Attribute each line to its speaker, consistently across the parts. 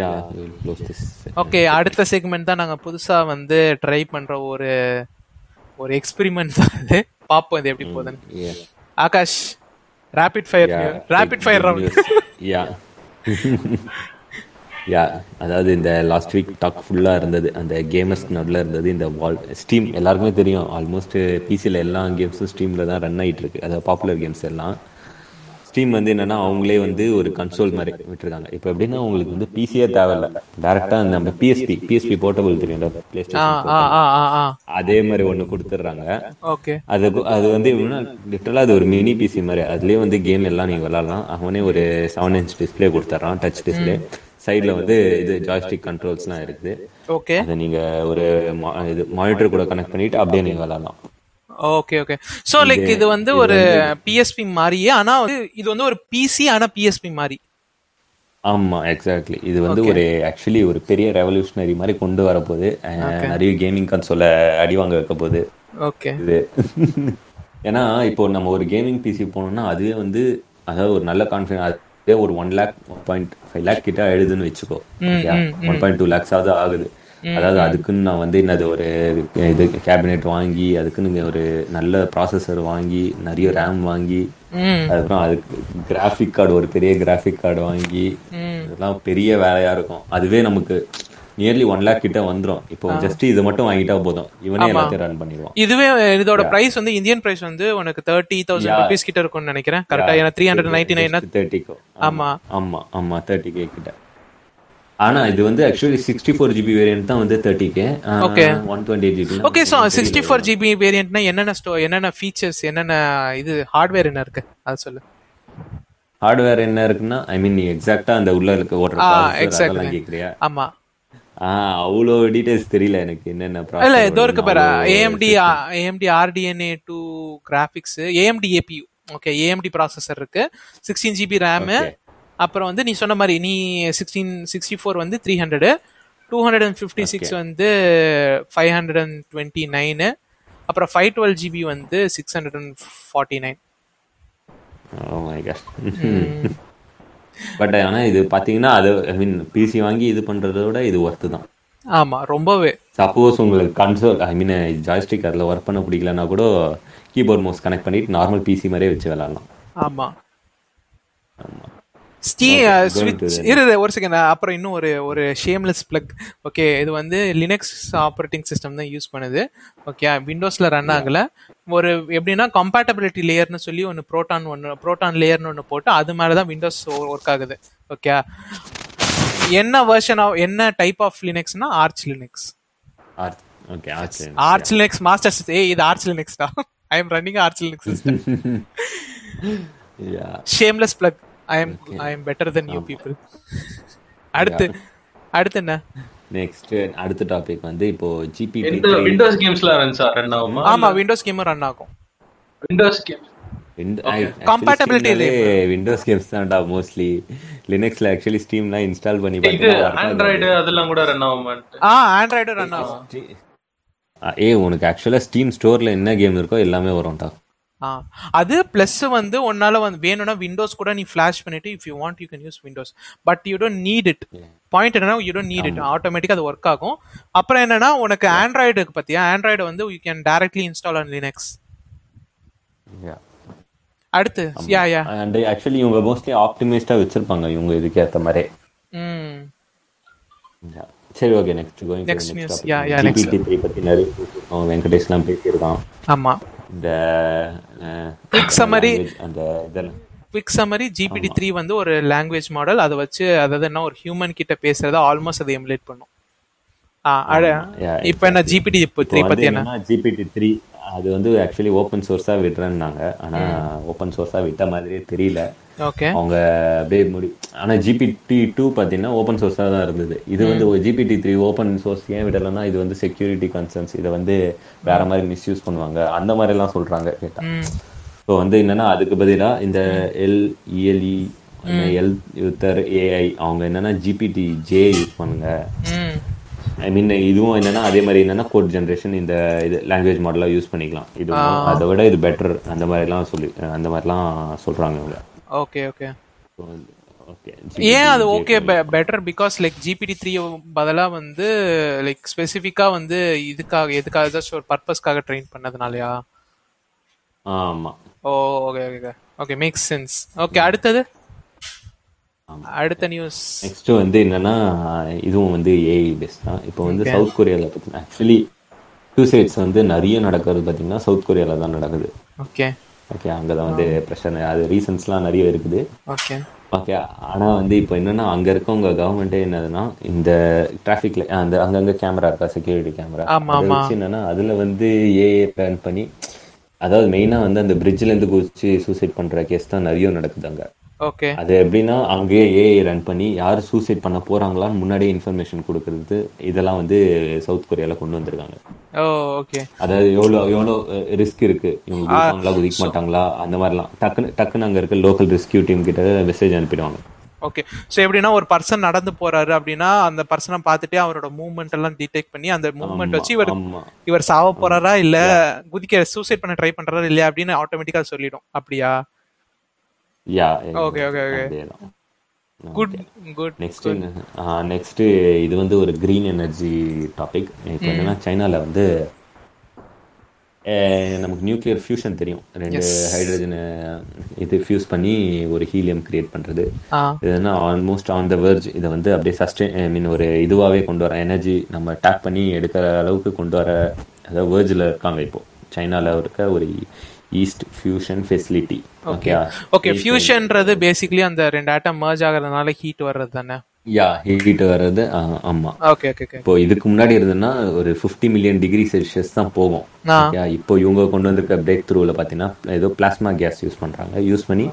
Speaker 1: Yeah close this
Speaker 2: okay அடுத்த segment தான் நாங்க புதுசா வந்து ட்ரை பண்ற ஒரு ஒரு எக்ஸ்பெரிமெண்ட் தான் இது பாப்போம் இது எப்படி போகுதுன்னு
Speaker 1: ya
Speaker 2: Akash rapid fire rapid fire round
Speaker 1: யா யா அதாவது இந்த லாஸ்ட் வீக் டாக் ஃபுல்லாக இருந்தது அந்த கேமர்ஸ் நடுல இருந்தது இந்த வால் ஸ்டீம் எல்லாருக்குமே தெரியும் ஆல்மோஸ்ட் பிசியில் எல்லா கேம்ஸும் ஸ்டீமில் தான் ரன் ஆகிட்டு இருக்கு அதாவது பாப்புலர் கேம்ஸ் எல்லாம் ஸ்டீம் வந்து என்னன்னா அவங்களே வந்து ஒரு கன்சோல் மாதிரி விட்டுருக்காங்க இப்போ எப்படின்னா உங்களுக்கு வந்து பிசியே தேவையில்ல டேரெக்டாக நம்ம பிஎஸ்பி பிஎஸ்பி போர்ட்டபிள் தெரியும் இந்த பிளே ஸ்டேஷன்
Speaker 2: ஆ ஆ ஆ ஆ
Speaker 1: அதே மாதிரி ஒன்று கொடுத்துட்றாங்க
Speaker 2: ஓகே
Speaker 1: அது அது வந்து எப்படின்னா லிட்டரலா அது ஒரு மினி பிசி மாதிரி அதுலயே வந்து கேம் எல்லாம் நீங்க விளாடலாம் அவனே ஒரு செவன் இன்ச் டிஸ்ப்ளே கொடுத்துட்றான் டச் டிஸ்ப்ளே சைடுல வந்து இது ஜாய்ஸ்டிக் கண்ட்ரோல்ஸ்லாம் இருக்குது
Speaker 2: ஓகே
Speaker 1: அதை நீங்க ஒரு mo- இது மானிட்டர் கூட கனெக்ட் பண்ணிட்டு அப்படியே நீங்க விளாடலாம்
Speaker 2: ஓகே ஓகே சோ லைக் இது வந்து ஒரு பிஎஸ்பி மாதிரியே ஆனா வந்து இது வந்து ஒரு பிசி ஆனா பிஎஸ்பி மாதிரி
Speaker 1: ஆமா எக்ஸாக்ட்லி இது வந்து ஒரு ஆக்சுவலி ஒரு பெரிய ரெவல்யூஷனரி மாதிரி கொண்டு வரப்போகுது அஹ், நிறைய கேமிங் கன்சோல அடி வாங்க வைக்க போகுது
Speaker 2: ஓகே
Speaker 1: இது ஏன்னா இப்போ நம்ம ஒரு கேமிங் பிசி போனோம்னா அதுவே வந்து அதாவது ஒரு நல்ல கான்ஃபிடன் அதே ஒரு one lakh one point five lakh கிட்ட எழுதுன்னு வச்சுக்கோ ஒன் பாயிண்ட் டூ லேக்ஸாவது ஆகுது அதாவது அதுக்குன்னு நான் வந்து என்னது ஒரு இது கேபினெட் வாங்கி அதுக்குன்னு ஒரு நல்ல ப்ராசஸர் வாங்கி நிறைய ரேம் வாங்கி
Speaker 2: ம்
Speaker 1: அதுக்கப்புறம் அதுக்கு கிராஃபிக் கார்டு ஒரு பெரிய கிராஃபிக் கார்டு வாங்கி இதெல்லாம் பெரிய வேலையா இருக்கும் அதுவே நமக்கு நியர்லி ஒன் லேக் கிட்ட வந்துரும் இப்போ ஜஸ்ட் இது மட்டும் வாங்கிட்டா போதும் இவனே எல்லாத்தையும் ரன் பண்ணிடுவான்
Speaker 2: இதுவே இதோட பிரைஸ் வந்து இந்தியன் பிரைஸ் வந்து உனக்கு தேர்ட்டி தௌசண்ட் ருபீஸ் கிட்ட இருக்கும்னு நினைக்கிறேன் கரெக்டா ஏன்னா த்ரீ ஹண்ட்ரட் நைன்டி நைன்
Speaker 1: தேர்ட்டிக்கோ
Speaker 2: ஆமா
Speaker 1: ஆமா ஆமா தேர்ட்டி கே கிட்ட ஆனா இது வந்து actually sixty four GB variant தான் வந்து thirty K
Speaker 2: Okay.
Speaker 1: One twenty GB
Speaker 2: okay so sixty four GB வேரியன்ட்னா என்னென்ன ஸ்டோ என்னென்ன ஃபீச்சர்ஸ் என்னென்ன இது ஹார்ட்வேர் என்ன இருக்கு அது சொல்லு
Speaker 1: ஹார்ட்வேர் என்ன இருக்குன்னா ஐ மீன் நீ எக்ஸாக்ட்டா அந்த உள்ள இருக்க ஓடுற
Speaker 2: ஆ,
Speaker 1: processor
Speaker 2: exactly.
Speaker 1: அதெல்லாம் கேக்குறியா
Speaker 2: ஆமா
Speaker 1: ஆ அவ்வளோ டீடைல்ஸ் தெரியல எனக்கு என்னென்ன
Speaker 2: இல்ல
Speaker 1: ப்ராப்ளம்
Speaker 2: ஏதோ இருக்கு பாரு AMD AMD RDNA two graphics AMD APU okay AMD processor இருக்கு சிக்ஸ்டீன் ஜிபி ரேமு அப்புறம் வந்து நீ சொன்ன மாதிரி நீ சிக்ஸ்டீன் சிக்ஸ்டி ஃபோர் வந்து three hundred two hundred and fifty six வந்து five hundred and twenty nine அப்புறம் ஃபைவ் டுவெல் ஜிபி வந்து six hundred and forty nine
Speaker 1: oh my God but ஆனா இது பாத்தீங்கன்னா அது ஐ மீன் பிசி வாங்கி இது பண்றதை விட இது ஒர்த்து தான்
Speaker 2: ஆமா ரொம்பவே
Speaker 1: சப்போஸ் உங்களுக்கு கன்சோல் ஐ மீன் ஜாய்ஸ்டிக் அதில் ஒர்க் பண்ண பிடிக்கலன்னா கூட கீபோர்ட் மவுஸ் கனெக்ட் பண்ணிட்டு நார்மல் பிசி மாதிரியே வச்சு விளாட்லாம்
Speaker 2: ஆமா ஸ்டீ ஸ்விட்ச் இரு இரு, ஒரு செகண்ட் அப்புறம் இன்னும் ஒரு ஒரு ஷேம்லெஸ் பிளக் ஓகே இது வந்து லினக்ஸ் ஆப்ரேட்டிங் சிஸ்டம் தான் யூஸ் பண்ணுது ஓகே விண்டோஸ்ல ரன் ஆகல ஒரு எப்படின்னா கம்பேட்டபிலிட்டி லேயர்னு சொல்லி ஒன்று ப்ரோட்டான் ஒன்று ப்ரோட்டான் லேயர்னு ஒன்று போட்டு அது மேலே தான் விண்டோஸ் ஒர்க் ஆகுது ஓகே என்ன வெர்ஷன் என்ன டைப் ஆஃப் லினக்ஸ்னா Arch Linux
Speaker 1: Arch okay Arch
Speaker 2: Arch Linux master ஏ இது ஆர்ச் லினக்ஸ் தான் I am running Arch Linux system
Speaker 1: yeah
Speaker 2: shameless plug I M I am better than you people அடுத்து அடுத்து என்ன
Speaker 1: next அடுத்த topic வந்து இப்போ ஜிபி
Speaker 3: எந்த விண்டோஸ் கேம்ஸ்லாம் ரன் சார் ரன் ஆகுமா
Speaker 2: ஆமா விண்டோஸ் கேமும் ரன் ஆகும்
Speaker 3: Windows game
Speaker 2: Compatibility
Speaker 1: Windows games தான்டா மோஸ்ட்லி லினக்ஸ்ல ஆக்சுவலி ஸ்டீம்லாம் இன்ஸ்டால் பண்ணி
Speaker 3: இது
Speaker 1: பார்த்தீங்கன்னா
Speaker 3: ஆண்ட்ராய்டு அதெல்லாம் கூட ரன் ஆகுமான்ட்டு
Speaker 2: ஆ ஆண்ட்ராய்டும் ரன் ஆகும்
Speaker 1: ஆ, ஏய் உனக்கு ஆக்சுவலா ஸ்டீம் ஸ்டோர்ல என்ன கேம் இருக்கோ எல்லாமே வரும்டா
Speaker 2: ஆ அது பிளஸ் வந்து உன்னால வந்து வேணும்னா விண்டோஸ் கூட நீ ஃபிளாஷ் பண்ணிட்டு if you want you can use Windows but you don't need it point என்னன்னா யூ டோன்ட் நீட் இட் ஆட்டோமேட்டிக்காக அது ஒர்க் ஆகும் அப்புறம் என்னன்னா உனக்கு ஆண்ட்ராய்டுக்கு பத்தியா ஆண்ட்ராய்டு வந்து you can directly install on Linux அடுத்து யா யா
Speaker 1: அண்ட் ஆக்சுவலி இவங்க மோஸ்ட்லி ஆப்டிமைஸ்டா வச்சிருப்பாங்க இவங்க இதுக்கு ஏத்த மாதிரி
Speaker 2: ம்
Speaker 1: Yeah. சரி okay next going
Speaker 2: Next news. Yeah, yeah, next.
Speaker 1: GPT three பத்தி நிறைய பேசியிருக்கோம் வெங்கடேஷ்லாம் பேசியிருக்கான்
Speaker 2: ஆமா
Speaker 1: இந்த அஹ்,
Speaker 2: Quick summary.
Speaker 1: language, அந்த இதெல்லாம்
Speaker 2: குவிக் சம்மரி ஜிபிடி த்ரீ வந்து ஒரு லாங்குவேஜ் மாடல் அதை வச்சு அதாவது என்ன ஒரு ஹியூமன் கிட்ட பேசுறத ஆல்மோஸ்ட் அதை எமுலேட் பண்ணும் ஆ, அட-
Speaker 1: yeah,
Speaker 2: இப்ப என்ன ஜிபிடி த்ரீ பத்தி என்ன
Speaker 1: ஜிபிடி த்ரீ அது வந்து ஆக்சுவலி ஓப்பன் சோர்ஸா விடுறேன்னாங்க ஆனா ஓப்பன் சோர்ஸா விட்ட மாதிரியே தெரியல
Speaker 2: ஓகே
Speaker 1: அவங்க அப்படியே முடி ஆனா ஜிபிடி டூ பாத்தீங்கன்னா ஓப்பன் சோர்ஸா தான் இருந்தது இது வந்து ஜிபிடி த்ரீ ஓப்பன் சோர்ஸ் ஏன் விடலைன்னா இது வந்து செக்யூரிட்டி கன்சர்ன்ஸ் இதை வந்து வேற மாதிரி மிஸ்யூஸ் பண்ணுவாங்க அந்த மாதிரி எல்லாம் சொல்றாங்க கேட்டா ஸோ வந்து என்னன்னா அதுக்கு பதிலா இந்த E, L ELE L யூத்தர் AI அவங்க என்னன்னா ஜிபிடி ஜே யூஸ் பண்ணுங்க
Speaker 2: ம்
Speaker 1: ஐ மீன் இதுவும் என்னன்னா அதே மாதிரி என்னன்னா கோட் ஜென்ரேஷன் இந்த இது லாங்குவேஜ் மாடலாக யூஸ் பண்ணிக்கலாம் இது அதை விட இது பெட்டர் அந்த மாதிரிலாம் சொல்லி அந்த மாதிரிலாம் சொல்றாங்க இவங்க
Speaker 2: ஓகே ஓகே
Speaker 1: So, ஓகே
Speaker 2: ஏன் அது okay better because like GPT three பதிலா வந்து லைக் ஸ்பெசிஃபிக்கா வந்து இதுக்காக எதுக்காக ஏதாச்சும் ஒரு பர்பஸ்க்காக ட்ரெயின் பண்ணதுனாலயா
Speaker 1: ஆமா
Speaker 2: oh okay okay okay makes sense okay அடுத்தது
Speaker 1: ஆமா.
Speaker 2: அடுத்த நியூஸ்
Speaker 1: நெக்ஸ்ட் வந்து என்னன்னா இதுவும் வந்து ஏஐ பேஸ் தான் இப்போ வந்து சவுத் கொரியால பார்த்தீங்கன்னா ஆக்சுவலி சூசைட்ஸ் வந்து நிறைய நடக்கிறது பார்த்தீங்கன்னா சவுத் கொரியால தான் நடக்குது
Speaker 2: ஓகே
Speaker 1: ஓகே அங்கே தான் வந்து பிரச்சனை அது ரீசன்ஸ்லாம் நிறைய இருக்குது
Speaker 2: ஓகே
Speaker 1: ஓகே ஆனா வந்து இப்போ என்னன்னா அங்க இருக்கவங்க கவர்மெண்ட்டே என்னதுன்னா இந்த டிராஃபிக்ல அந்த அங்கங்க கேமரா இருக்கா செக்யூரிட்டி கேமரா
Speaker 2: ஆமா,
Speaker 1: அதை வச்சு என்னன்னா அதுல வந்து ஏஏ பிளான் பண்ணி அதாவது மெயினா வந்து அந்த பிரிட்ஜ்ல இருந்து குதிச்சு சூசைட் பண்ற கேஸ் தான் நிறைய நடக்குது அங்க
Speaker 2: ஓகே
Speaker 1: அது எப்படின்னா அங்கேயே ஏஐ ரன் பண்ணி யார் சூசைட் பண்ண போறாங்களான்னு முன்னாடியே இன்ஃபர்மேஷன் கொடுக்கறது இதெல்லாம் வந்து சவுத் கொரியால கொண்டு வந்திருக்காங்க
Speaker 2: ஓ ஓகே
Speaker 1: அதாவது எவ்வளோ எவ்வளோ ரிஸ்க் இருக்கு இவங்க குதிப்பாங்களா குதிக்க மாட்டாங்களா அந்த மாதிரிலாம் டக்குன்னு டக்குன்னு அங்க இருக்க லோக்கல் ரெஸ்கியூ டீம் கிட்ட மெசேஜ் அனுப்பிடுவாங்க
Speaker 2: ஓகே ஸோ எப்படின்னா ஒரு பர்சன் நடந்து போறாரு அப்படின்னா அந்த பர்சனை பார்த்துட்டு அவரோட மூவ்மெண்ட் எல்லாம் டிடெக்ட் பண்ணி அந்த மூவ்மெண்ட் வச்சு இவர்
Speaker 1: ஆமா
Speaker 2: இவர் சாவ போறாரா இல்ல குதிக்க சூசைட் பண்ண ட்ரை பண்றாரா இல்லையா அப்படின்னு ஆட்டோமேட்டிக்கா சொல்லிடும் அப்படியா
Speaker 1: யா
Speaker 2: Okay, okay, okay. Good good
Speaker 1: next next இது வந்து ஒரு கிரீன் எனர்ஜி டாபிக் இப்போ என்னன்னா சைனால வந்து அஹ், நமக்கு நியூக்ளியர் ஃபியூஷன் தெரியும் ரெண்டு ஹைட்ரஜனை இது ஃபியூஸ் பண்ணி ஒரு ஹீலியம் கிரியேட் பண்றது
Speaker 2: ஆ
Speaker 1: இதுனா ஆல்மோஸ்ட் ஆன் த வெர்ஜ் இதை வந்து அப்படியே சஸ்டெயின் ஐ மீன் ஒரு இதுவாகவே கொண்டு வர எனர்ஜி நம்ம டேப் பண்ணி எடுக்கிற அளவுக்கு கொண்டு வர அதாவது வேர்ஜில் இருக்காங்க இப்போ சைனால இருக்க ஒரு east fusion facility okay
Speaker 2: okay ஃபியூஷன்ன்றது பேசிக்கலி அந்த ரெண்டு ஆட்டம் merge ஆகுறதுனால ஹீட் வர்றது தானே
Speaker 1: யா ஹீட் வர்றது ஆ, ஆமா
Speaker 2: ஓகே ஓகே ஓகே
Speaker 1: இப்போ இதுக்கு முன்னாடி இருந்ததுன்னா ஒரு 50 மில்லியன் டிகிரி செல்சியஸ் தான் போகும்
Speaker 2: ஆ
Speaker 1: ஓகே இப்போ இவங்க கொண்டு வந்திருக்க பிரேக் த்ரூவில் பார்த்தீங்கன்னா ஏதோ பிளாஸ்மா கேஸ் யூஸ் பண்றாங்க யூஸ் பண்ணி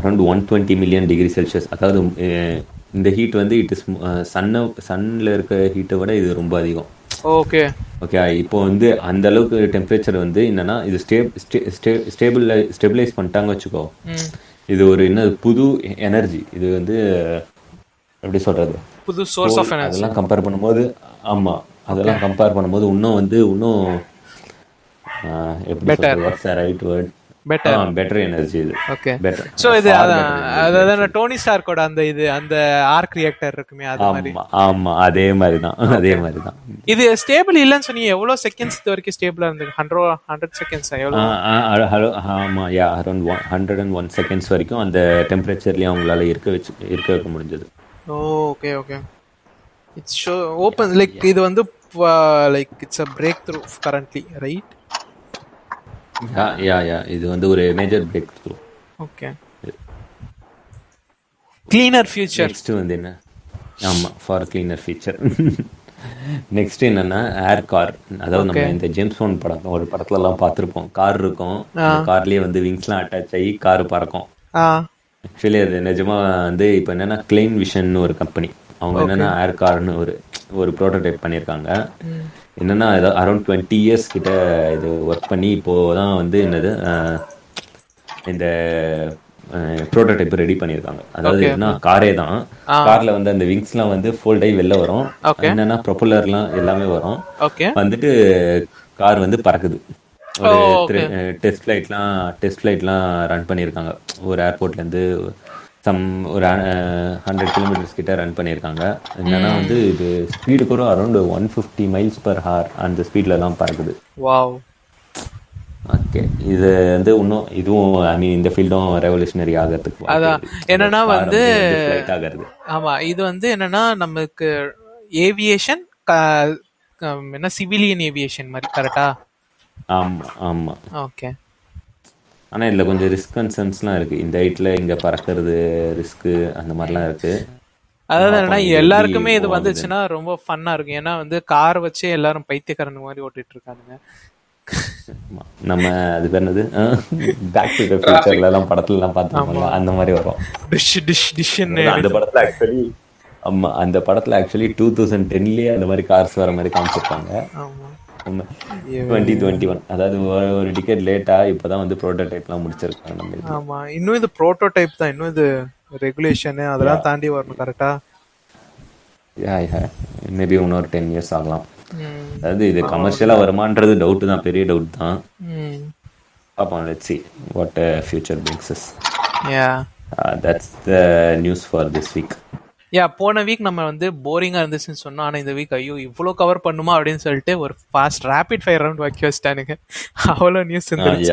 Speaker 1: around one twenty million degree celsius அதாவது அஹ், இந்த ஹீட் வந்து இட் இஸ் சன்ன சன்னில் இருக்க ஹீட்டை விட இது ரொம்ப அதிகம்
Speaker 2: ஓகே
Speaker 1: ஓகே இப்போ வந்து அந்த அளவுக்கு டெம்பரேச்சர் வந்து என்னன்னா இது ஸ்டே ஸ்டேபிள் ஸ்டெபிளைஸ் பண்ணிட்டாங்க வச்சுக்கோ
Speaker 2: ம்
Speaker 1: இது ஒரு என்ன புது எனர்ஜி இது வந்து எப்படி சொல்றது
Speaker 2: புது சோர்ஸ் ஆஃப் எனர்ஜி
Speaker 1: அதெல்லாம் கம்பேர் பண்ணும்போது ஆமா அதெல்லாம் கம்பேர் பண்ணும்போது இன்னும் வந்து இன்னும் ஆஹ், எப்படி சொல்றது what's right word
Speaker 2: Better.
Speaker 1: Better energy இது
Speaker 2: ஓகே
Speaker 1: பெட்டர்
Speaker 2: சோ இது அதான் அதாவது டோனி ஸ்டார்க்கோட அந்த இது அந்த ஆர்க் ரியாக்டர் இருக்குமே அது மாதிரி
Speaker 1: ஆமா ஆமா அதே மாதிரி தான் அதே மாதிரி தான்
Speaker 2: இது ஸ்டேபிள் இல்லைன்னு சொன்னீங்க எவ்வளவு செகண்ட்ஸ் இது வரைக்கும் ஸ்டேபிளா இருந்தது ஹண்ட்ரட் ஹண்ட்ரட் செகண்ட்ஸ் எவ்வளவு
Speaker 1: ஹலோ ஆமா yeah around one hundred and one seconds வரைக்கும் அந்த டெம்பரேச்சர்லயே அவங்களால இருக்க வச்சு இருக்க வைக்க முடிஞ்சது
Speaker 2: okay okay it's show open like இது வந்து uh, like it's a breakthrough currently right
Speaker 1: yeah yeah yeah இது வந்து ஒரு major breakthrough
Speaker 2: okay cleaner future
Speaker 1: next வந்து என்ன ஆமா ஃபார் கிளீனர் ஃபீச்சர் நெக்ஸ்ட் என்னன்னா ஏர் கார் அதாவது நம்ம இந்த ஜேம்ஸ் பாண்ட் படம் ஒரு படத்துல எல்லாம் பார்த்திருப்போம் கார் இருக்கும் கார்லயே வந்து விங்ஸ்லாம் அட்டாச் ஆகி கார் பறக்கும்
Speaker 2: ஆ
Speaker 1: ஆக்சுவலி அது நிஜமா வந்து இப்போ என்னன்னா கிளைன் விஷன் ஒரு கம்பெனி அவங்க என்னன்னா ஏர் கார்னு ஒரு ஒரு ப்ரோட்டோடைப் பண்ணியிருக்காங்க என்னன்னா அரௌண்ட் டுவெண்ட்டி இயர்ஸ் கிட்ட இது ஒர்க் பண்ணி இப்போதான் வந்து என்னது அஹ், இந்த ப்ரோட்டோடைப் ரெடி பண்ணியிருக்காங்க அதாவது என்னன்னா காரே தான் கார்ல வந்து அந்த விங்ஸ்லாம் வந்து ஃபோல்ட் ஆகி வெளில வரும் என்னன்னா ப்ரொப்பலர்லாம் எல்லாமே வரும்
Speaker 2: ஓகே
Speaker 1: வந்துட்டு கார் வந்து பறக்குது ஒரு டெஸ்ட் ஃபிளைட்லாம் டெஸ்ட் ஃபிளைட்லாம் ரன் பண்ணியிருக்காங்க ஒரு ஏர்போர்ட்ல இருந்து சம் ஒரு ஹண்ட்ரட் கிலோமீட்டர்ஸ் கிட்ட ரன் பண்ணியிருக்காங்க என்னன்னா வந்து இது ஸ்பீடு கூட around one fifty miles per hour அந்த ஸ்பீட்ல எல்லாம் பறக்குது
Speaker 2: வாவ்
Speaker 1: ஓகே இது வந்து இன்னும் இதுவும் ஐ மீன் இந்த ஃபீல்டும் ரெவல்யூஷனரி ஆகிறதுக்கு
Speaker 2: அதான். என்னன்னா வந்து-
Speaker 1: ஃபிளைட் ஆகிறது
Speaker 2: ஆமா இது வந்து என்னன்னா நமக்கு ஏவியேஷன் என்ன சிவிலியன் ஏவியேஷன் மாதிரி கரெக்டா
Speaker 1: ஆமா ஆமா
Speaker 2: ஓகே
Speaker 1: ஆனா இதுல கொஞ்சம் ரிஸ்க் கன்சர்ன்ஸ்லாம் இருக்கு இந்த ஹைட்ல இங்க பறக்கிறது ரிஸ்க் அந்த மாதிரிலாம் இருக்கு
Speaker 2: அதாவது என்னன்னா எல்லாருக்குமே இது வந்துச்சுன்னா ரொம்ப ஃபன்னா இருக்கும் ஏன்னா வந்து கார் வச்சு எல்லாரும் பைத்தியக்காரன் மாதிரி ஓட்டிட்டு இருக்கானுங்க
Speaker 1: ஆமா. நம்ம அது பேர் என்னது பேக் டு ஃபியூச்சர்ல எல்லாம் படத்துல எல்லாம் பார்த்துருக்கோம்ல அந்த மாதிரி வரும்
Speaker 2: டிஷ் டிஷ் டிஷ்ன்னு
Speaker 1: அந்த படத்துல ஆக்சுவலி ஆமா அந்த படத்துல ஆக்சுவலி டூ தௌசண்ட் டென்லயே அந்த மாதிரி கார்ஸ் வர மாதிரி காமிச்சிருப்பாங்க
Speaker 2: ஆமா
Speaker 1: டுவெண்ட்டி டுவெண்ட்டி ஒன் அதாவது ஒரு- ஒரு டிக்கெட் லேட்டா இப்பதான் வந்து ப்ரோட்டோடைப்லாம் முடிச்சிருக்காங்க நம்ம இது.
Speaker 2: ஆமா இன்னும் இது ப்ரோட்டோடைப் தான் இன்னும் இது ரெகுலேஷன் அதெல்லாம் தாண்டி வரணும் கரெக்டா
Speaker 1: மேபி இன்னொரு டென் இயர்ஸ் ஆகலாம் அதாவது இது கமர்ஷியலா வருமான்றது டவுட் தான் பெரிய டவுட் தான்
Speaker 2: ம்
Speaker 1: uh, பார்ப்போம் let's see what future brings
Speaker 2: yeah
Speaker 1: that's the news for this week
Speaker 2: yeah போன வீக் நம்ம வந்து போரிங்கா இருந்துச்சுன்னு சொன்னோம் ஆனா இந்த வீக் ஐயோ இவ்வளவு கவர் பண்ணுமா அப்படின்னு சொல்லிட்டு ஒரு ஃபாஸ்ட் ரேபிட் ஃபயர் ரவுண்ட் வைக்க வச்சிட்டானுங்க அவ்வளவு நியூஸ் இருந்துச்சு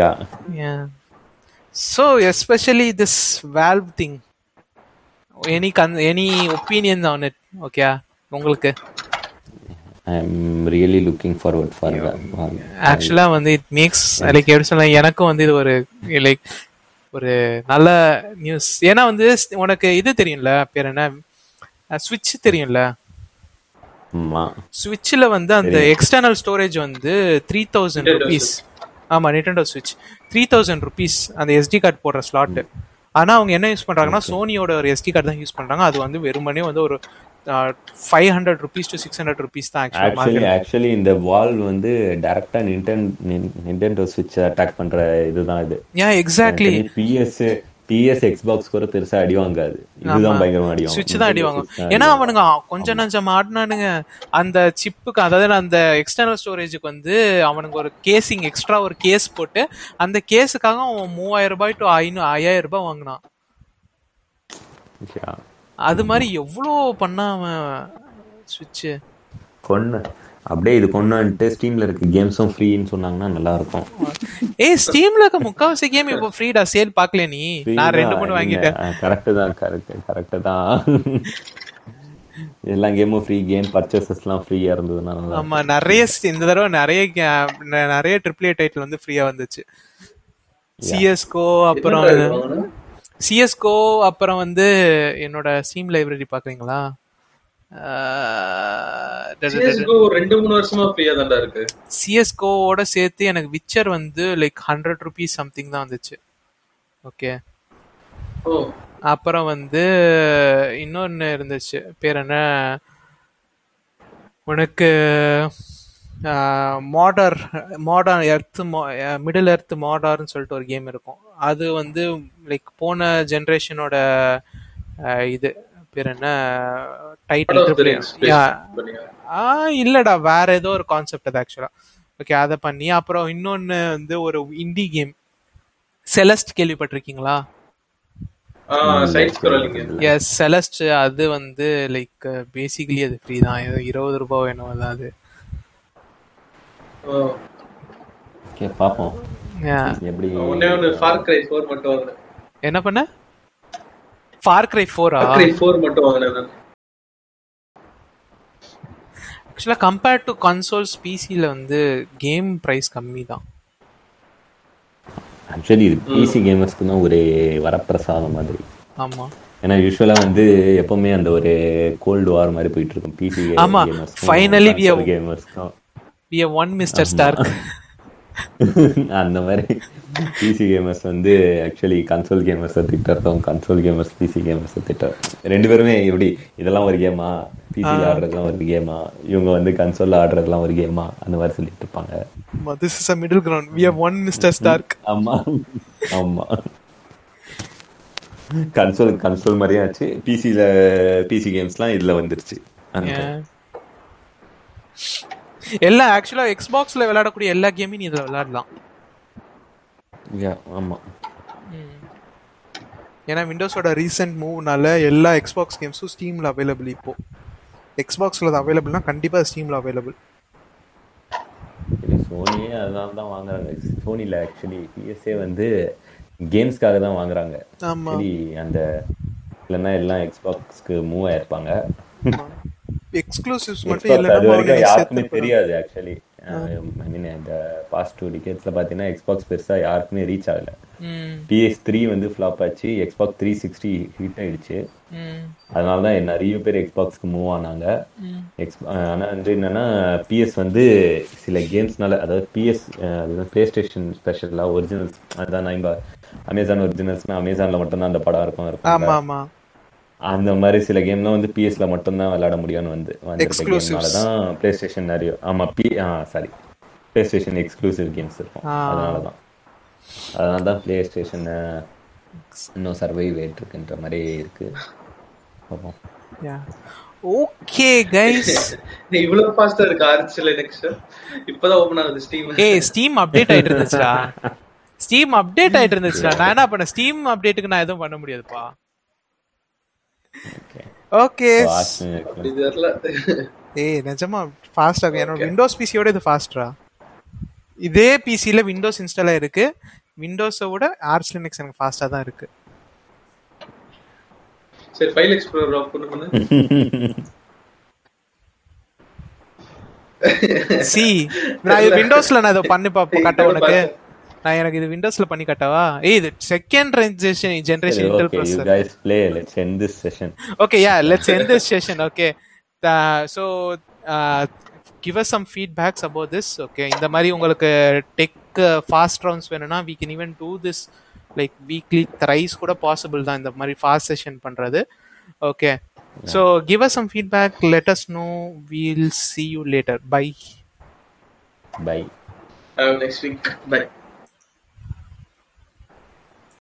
Speaker 1: yeah yeah
Speaker 2: so especially this Valve thing any can any opinion on it okay ah. உங்களுக்கு
Speaker 1: I am really looking forward for
Speaker 2: ஆக்சுவலா வந்து இட் மேக்ஸ் லைக் எப்படி சொல்ல எனக்கும் வந்து இது ஒரு லைக் ஒரு நல்ல நியூஸ் ஏன்னா வந்து உனக்கு இது தெரியும்ல பேர் என்ன ஸ்விட்ச் தெரியும்ல
Speaker 1: ஆமா
Speaker 2: ஸ்விட்ச்ல வந்து அந்த எக்ஸ்டர்னல் ஸ்டோரேஜ் வந்து த்ரீ தௌசண்ட் ருபீஸ் ஆமா நிட்டண்டோ ஸ்விட்ச் த்ரீ தௌசண்ட் ருபீஸ் அந்த எஸ்டி கார்டு போடுற ஸ்லாட் ஆனா அவங்க என்ன யூஸ் பண்றாங்கன்னா சோனியோட ஒரு எஸ்டி கார்டு தான் யூஸ் பண்றாங்க அது வந்து வெறுமனே வந்து ஒரு five hundred rupees to six hundred rupees தான்
Speaker 1: ஆக்சுவலி ஆக்சுவலி இந்த வால் வந்து டைரக்டா நின்டன் நின்டெண்டோ ஸ்விட்ச் அட்டாக் பண்ற இதுதான் இது
Speaker 2: yeah exactly
Speaker 1: PS PS Xbox கூட பெருசா அடி வாங்காது இதுதான் பயங்கரமா அடி வாங்கும்
Speaker 2: சுவிட்ச் தான் அடிவாங்க ஏன்னா அவனுங்க கொஞ்ச நஞ்சம் ஆடினானுங்க அந்த சிப்புக்கு அதாவது அந்த எக்ஸ்டர்னல் ஸ்டோரேஜுக்கு வந்து அவனுக்கு ஒரு கேசிங் எக்ஸ்ட்ரா ஒரு கேஸ் போட்டு அந்த கேஸுக்காக அவன் மூவாயிரம் ரூபாய் டு ஐநூறு ஐயாயிரம் ரூபாய் வாங்கினான்
Speaker 1: Yeah.
Speaker 2: அது மாதிரி எவ்வளோ பண்ணா அவன் சுவிட்ச்
Speaker 1: கொன்னு அப்படியே இது கொண்டான்ட்டு ஸ்டீம்ல இருக்க கேம்ஸும் ஃப்ரீன்னு சொன்னாங்கன்னா நல்லா இருக்கும்
Speaker 2: ஏய் ஸ்டீம்ல இருக்க முக்காவாசி கேம் இப்போ ஃப்ரீடா சேல் பார்க்கல நீ நான் ரெண்டு மூணு வாங்கிட்டேன்
Speaker 1: கரெக்ட் தான் கரெக்ட் கரெக்ட் தான் எல்லா கேமும் ஃப்ரீ கேம் பர்ச்சேசஸ்லாம் ஃப்ரீயா இருந்ததுன்னா நல்லா இருக்கும்.
Speaker 2: ஆமா நிறைய st- இந்த தடவை நிறைய ga- ந- நிறைய ட்ரிபிள் ஏ டைட்டில் வந்து ஃப்ரீயா வந்துச்சு சிஎஸ்கோ அப்புறம் சிஎஸ்கோ அப்புறம் வந்து என்னோட ஸ்டீம் லைப்ரரி பாக்குறீங்களா
Speaker 3: CS:GO ஒரு ரெண்டு மூணு வருஷமா ஃப்ரீயா தான்டா இருக்கு
Speaker 2: சிஎஸ்கோவோட சேர்த்து எனக்கு விச்சர் வந்து லைக் ஹண்ட்ரட் ருபீஸ் சம்திங் தான் வந்துச்சு ஓகே
Speaker 3: ஓ
Speaker 2: அப்புறம் வந்து இன்னொன்னு இருந்துச்சு பேர் என்ன உனக்கு மாடர் மாடர்ன் எர்த் மிடில் எர்த் மாடர்னு சொல்லிட்டு ஒரு கேம் இருக்கும் அது வந்து லைக் போன ஜென்ரேஷனோட இது பேர் என்ன
Speaker 3: Lord of the
Speaker 2: title
Speaker 3: Rings based
Speaker 2: யா
Speaker 3: பண்ணியா?
Speaker 2: ஆ இல்லடா வேற ஏதோ ஒரு கான்செப்ட் அது ஆக்சுவலா ஓகே அதை பண்ணி அப்புறம் இன்னொன்னு வந்து ஒரு இந்தி கேம் செலஸ்ட் கேள்விப்பட்டிருக்கீங்களா
Speaker 3: ஆ சைட் ஸ்க்ரோலிங்
Speaker 2: எஸ் செலஸ்ட் அது வந்து லைக் பேசிக்கலி அது ஃப்ரீ தான் ஏதோ இருபது ரூபாய் வேணும் அதான் அது
Speaker 3: ஓ
Speaker 1: Okay, பாப்போம்
Speaker 2: Yeah.
Speaker 1: எப்படி
Speaker 3: ஒண்ணே ஒண்ணு ஃபார் கிரை 4 மட்டும் வாங்கினேன்
Speaker 2: என்ன பண்ண ஃபார் கிரை ஃபோரா
Speaker 3: ஃபார் கிரை 4 மட்டும் வாங்கினேன் நான்.
Speaker 2: ஆக்சுவலா கம்பேர்ட் டு கன்சோல்ஸ் பிசியில் வந்து கேம் ப்ரைஸ் கம்மி தான்
Speaker 1: ஆக்சுவலி இது பிசி கேமர்ஸ்க்கு தான் ஒரே வரப்பிரசாதம் மாதிரி
Speaker 2: ஆமா
Speaker 1: ஏன்னா யூஸ்வலா வந்து எப்பவுமே அந்த ஒரு கோல்டு வார் மாதிரி போயிட்டு இருக்கும் பிசி
Speaker 2: ஆமா, finally we have-
Speaker 1: கேமர்ஸ்க்கும்
Speaker 2: வி ஒன் மிஸ்டர் ஸ்டார்க்
Speaker 1: அந்த மாதிரி பிசி கேமர்ஸ் வந்து ஆக்சுவலி கன்சோல் கேமர்ஸை திட்டறதும் கன்சோல் கேமர்ஸ் பிசி கேமர்ஸை திட்டர் ரெண்டு பேருமே எப்படி இதெல்லாம் ஒரு கேமா பிசி ஆடுறதுலாம் ஒரு கேமா இவங்க வந்து கன்சோல்ல ஆடுறதுலாம் ஒரு கேமா அந்த மாதிரி சொல்லிட்டு இருப்பாங்க
Speaker 2: this is a middle ground we have one mister Stark
Speaker 1: ஆமா ஆமா கன்சோல் கன்சோல் மாதிரியே ஆச்சு பிசியில் பிசி கேம்ஸ்லாம் இதுல வந்துருச்சு அந்த மாதிரி.
Speaker 2: எல்லா ஆக்சுவலா எக்ஸ்பாக்ஸ்ல விளையாடக்கூடிய எல்லா கேமையும் நீ இதுல விளையாடலாம்
Speaker 1: Yeah, ஆமா
Speaker 2: ஏன்னா விண்டோஸோட ரீசெண்ட் மூவ்னால எல்லா எக்ஸ்பாக்ஸ் கேம்ஸும் ஸ்டீம்ல அவைலபிள் இப்போ எக்ஸ்பாக்ஸ்ல அது அவைலபிள்னா கண்டிப்பா ஸ்டீம்ல அவைலபிள்
Speaker 1: இது சோனியே அதனால தான் வாங்குறாங்க சோனியில் ஆக்சுவலி பிஎஸ்ஏ வந்து கேம்ஸ்க்காக தான் வாங்குறாங்க
Speaker 2: ஆமா
Speaker 1: சரி அந்த இல்லைன்னா எல்லாம் எக்ஸ்பாக்ஸ்க்கு மூவ் ஆயிருப்பாங்க
Speaker 2: எக்ஸ்க்ளூசிவ்ஸ் மட்டும்
Speaker 1: Xbox அது வரைக்கும் யாருக்குமே
Speaker 2: இல்லைன்னா
Speaker 1: தெரியாது ஆக்சுவலி ஐ மீன் இந்த பாஸ்ட் டூ டிகேட்ஸில் பார்த்தீங்கன்னா எக்ஸ்பாக்ஸ் பெருசாக யாருக்குமே ரீச் ஆகல பிஎஸ் த்ரீ வந்து ஃப்ளாப் ஆச்சு எக்ஸ்பாக்ஸ் த்ரீ சிக்ஸ்டி ஹிட் ஆயிடுச்சு அதனால தான் நிறைய பேர் எக்ஸ்பாக்ஸ்க்கு மூவ் ஆனாங்க எக்ஸ் ஆனால் வந்து என்னன்னா பிஎஸ் வந்து சில கேம்ஸ்னால அதாவது பிஎஸ் பிளே ஸ்டேஷன் ஸ்பெஷலாக ஒரிஜினல்ஸ் அதுதான் நான் இப்போ அமேசான் ஒரிஜினல்ஸ்னா அமேசானில் மட்டும்தான் அந்த படம் இருக்கும் இருக்கும்
Speaker 2: ஆமா ஆமா
Speaker 1: அந்த மாதிரி சில கேம்லாம் வந்து பிஎஸ்ல மட்டும்தான் விளையாட முடியும்னு வந்து வந்திருக்க
Speaker 2: Exclusives.
Speaker 1: கேம்னால தான் பிளே ஸ்டேஷன் நிறைய ஆமா பி ஆ sorry PlayStation exclusive games இருக்கும்
Speaker 2: ஆ.
Speaker 1: அதனால தான் அதனால தான் பிளே ஸ்டேஷன் இன்னும் சர்வைவ் இருக்குன்ற மாதிரி இருக்கு பாப்போம்.
Speaker 2: ஓகே கைஸ்
Speaker 3: நீ இவ்வளவு ஃபாஸ்டா இருக்கு ஆரஞ்சில நெக்ஸ்ட் இப்பதான் ஓபன் ஆகுது ஸ்டீம்
Speaker 2: ஏய் ஸ்டீம் அப்டேட் ஆயிட்டு இருந்துச்சா ஸ்டீம் அப்டேட் ஆயிட்டு இருந்துச்சுடா நான் என்ன பண்ணேன் ஸ்டீம் அப்டேட்டுக்கு நான் எதுவும் பண்ண முடியாதுப்பா ஓகே
Speaker 1: வாட்ச்
Speaker 3: இது தெரியல
Speaker 2: ஏய் நிஜமா ஃபாஸ்ட் ஆகும் என்னோட விண்டோஸ் பிசியோட இது ஃபாஸ்ட்ரா இதே பிசியில் விண்டோஸ் இன்ஸ்டால் ஆயிருக்கு விண்டோஸை விட ஆர்ச் லினக்ஸ் எனக்கு ஃபாஸ்ட்டாக தான் இருக்கு
Speaker 3: சரி ஃபைல் எக்ஸ்ப்ளோரர் ஆஃப் பண்ணு பண்ணு
Speaker 2: சி நான் இது விண்டோஸ்ல நான் இதை பண்ணி பாப்போம் கட்ட
Speaker 3: இதோட
Speaker 2: உனக்கு
Speaker 3: பாரு.
Speaker 2: நான் எனக்கு இது விண்டோஸ்ல பண்ணி கட்டவா ஏய் இது second generation generation Intel
Speaker 1: okay you
Speaker 2: processor
Speaker 1: guys play let's end this session
Speaker 2: okay yeah let's end this session okay uh, so uh, give us some feedbacks about this okay இந்த மாதிரி உங்களுக்கு டெக் ஃபாஸ்ட் ரவுண்ட்ஸ் வேணும்னா we can even do this like weekly thrice கூட possible தான் இந்த மாதிரி fast session பண்றது okay so give us some feedback let us know we'll see you later bye
Speaker 1: bye
Speaker 3: next week by